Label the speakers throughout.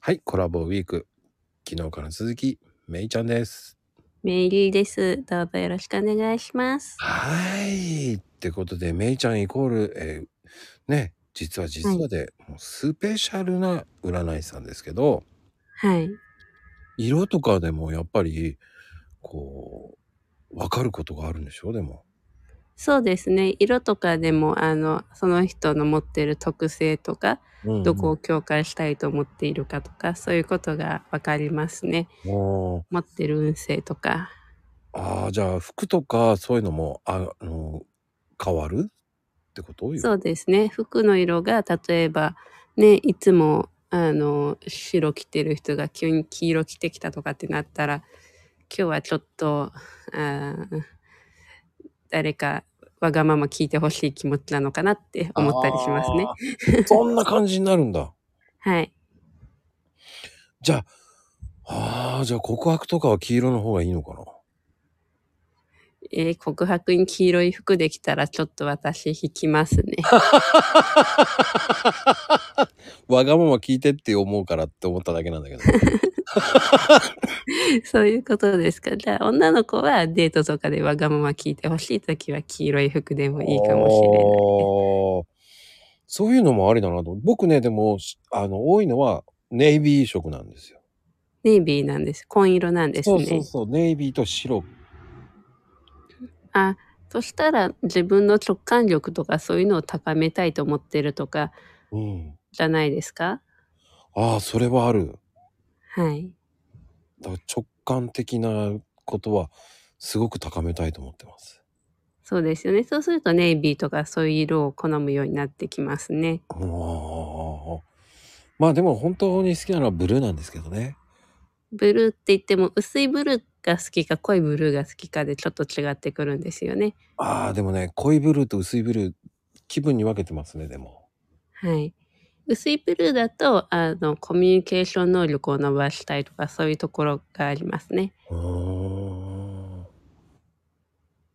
Speaker 1: はい、コラボウィーク。昨日から続き、めいちゃんです。
Speaker 2: メイリーです。どうぞよろしくお願いします。
Speaker 1: はーい。ってことで、めいちゃんイコール、えーね、実は実はで、もうスペシャルな占い師さんですけど、
Speaker 2: はい。
Speaker 1: 色とかでもやっぱり、こう、わかることがあるんでしょでも。
Speaker 2: そうですね。色とかでも、あの、その人の持ってる特性とか、
Speaker 1: うんうん
Speaker 2: どこを共感したいと思っているかとか、そういうことがわかりますね。
Speaker 1: もう
Speaker 2: 持ってる運勢とか。
Speaker 1: ああ、じゃあ服とかそういうのも、ああの、変わるってことよ
Speaker 2: そうですね。服の色が、例えば、ね、いつも、あの、白着てる人が急に黄色着てきたとかってなったら、今日はちょっと、あー誰か、わがまま聞いてほしい気持ちなのかなって思ったりしますね。
Speaker 1: ね。そんな感じになるんだ。
Speaker 2: はい。
Speaker 1: じゃあ、ああ、じゃあ告白とかは黄色の方がいいのかな
Speaker 2: えー告白に黄色い服できたらちょっと私引きますね。
Speaker 1: わがまま聞いてって思うからって思っただけなんだ けど。
Speaker 2: そういうことですか。じゃあ女の子はデートとかでわがまま聞いてほしいときは黄色い服でもいいかもしれない。
Speaker 1: あーそういうのもありだなと。僕ね、でも、しあの、多いのはネイビー色なんですよ。
Speaker 2: ネイビーなんです。紺色なんです
Speaker 1: そ
Speaker 2: ね。
Speaker 1: うそうそう、ネイビーと白。
Speaker 2: あ、そしたら自分の直感力とかそういうのを高めたいと思ってるとか
Speaker 1: うん。
Speaker 2: じゃないですか
Speaker 1: ああ、それはある。
Speaker 2: はい。
Speaker 1: だから直感的なことはすごく高めたいと思ってます。
Speaker 2: そうですよね。そうするとネイビーとかそういう色を好むようになってきますね。
Speaker 1: あーまあでも本当に好きなのはブルーなんですけどね。
Speaker 2: ブルーって言っても薄いブルーが好きか濃いブルーが好きかでちょっと違ってくるんですよね。
Speaker 1: ああ、でもね、濃いブルーと薄いブルー、気分に分けてますね、でも。
Speaker 2: はい。薄いブルーだとあのコミュニケーション能力を伸ばしたいとかそういうところがありますね。
Speaker 1: うーん。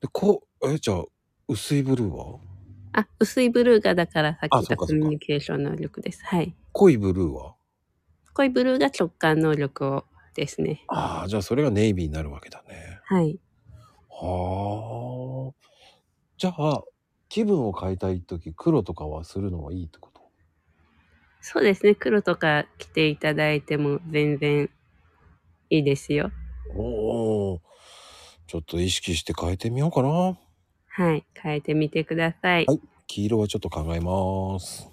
Speaker 1: で、こう、え、じゃあ、薄いブルーは
Speaker 2: あ薄いブルーがだからさっき言っ
Speaker 1: あそう
Speaker 2: た
Speaker 1: か
Speaker 2: コ
Speaker 1: そうか
Speaker 2: ミュニケーション能力です。はい。
Speaker 1: 濃いブルーは
Speaker 2: 濃いブルーが直感能力をですね。
Speaker 1: ああ、じゃあそれがネイビーになるわけだね。
Speaker 2: はい。
Speaker 1: はあ。じゃあ、気分を変えたいとき、黒とかはするのはいいってこと
Speaker 2: そうですね。黒とか着ていただいても全然いいですよ。
Speaker 1: おお。ちょっと意識して変えてみようかな。
Speaker 2: はい。変えてみてください。
Speaker 1: はい黄色はちょっと考えます。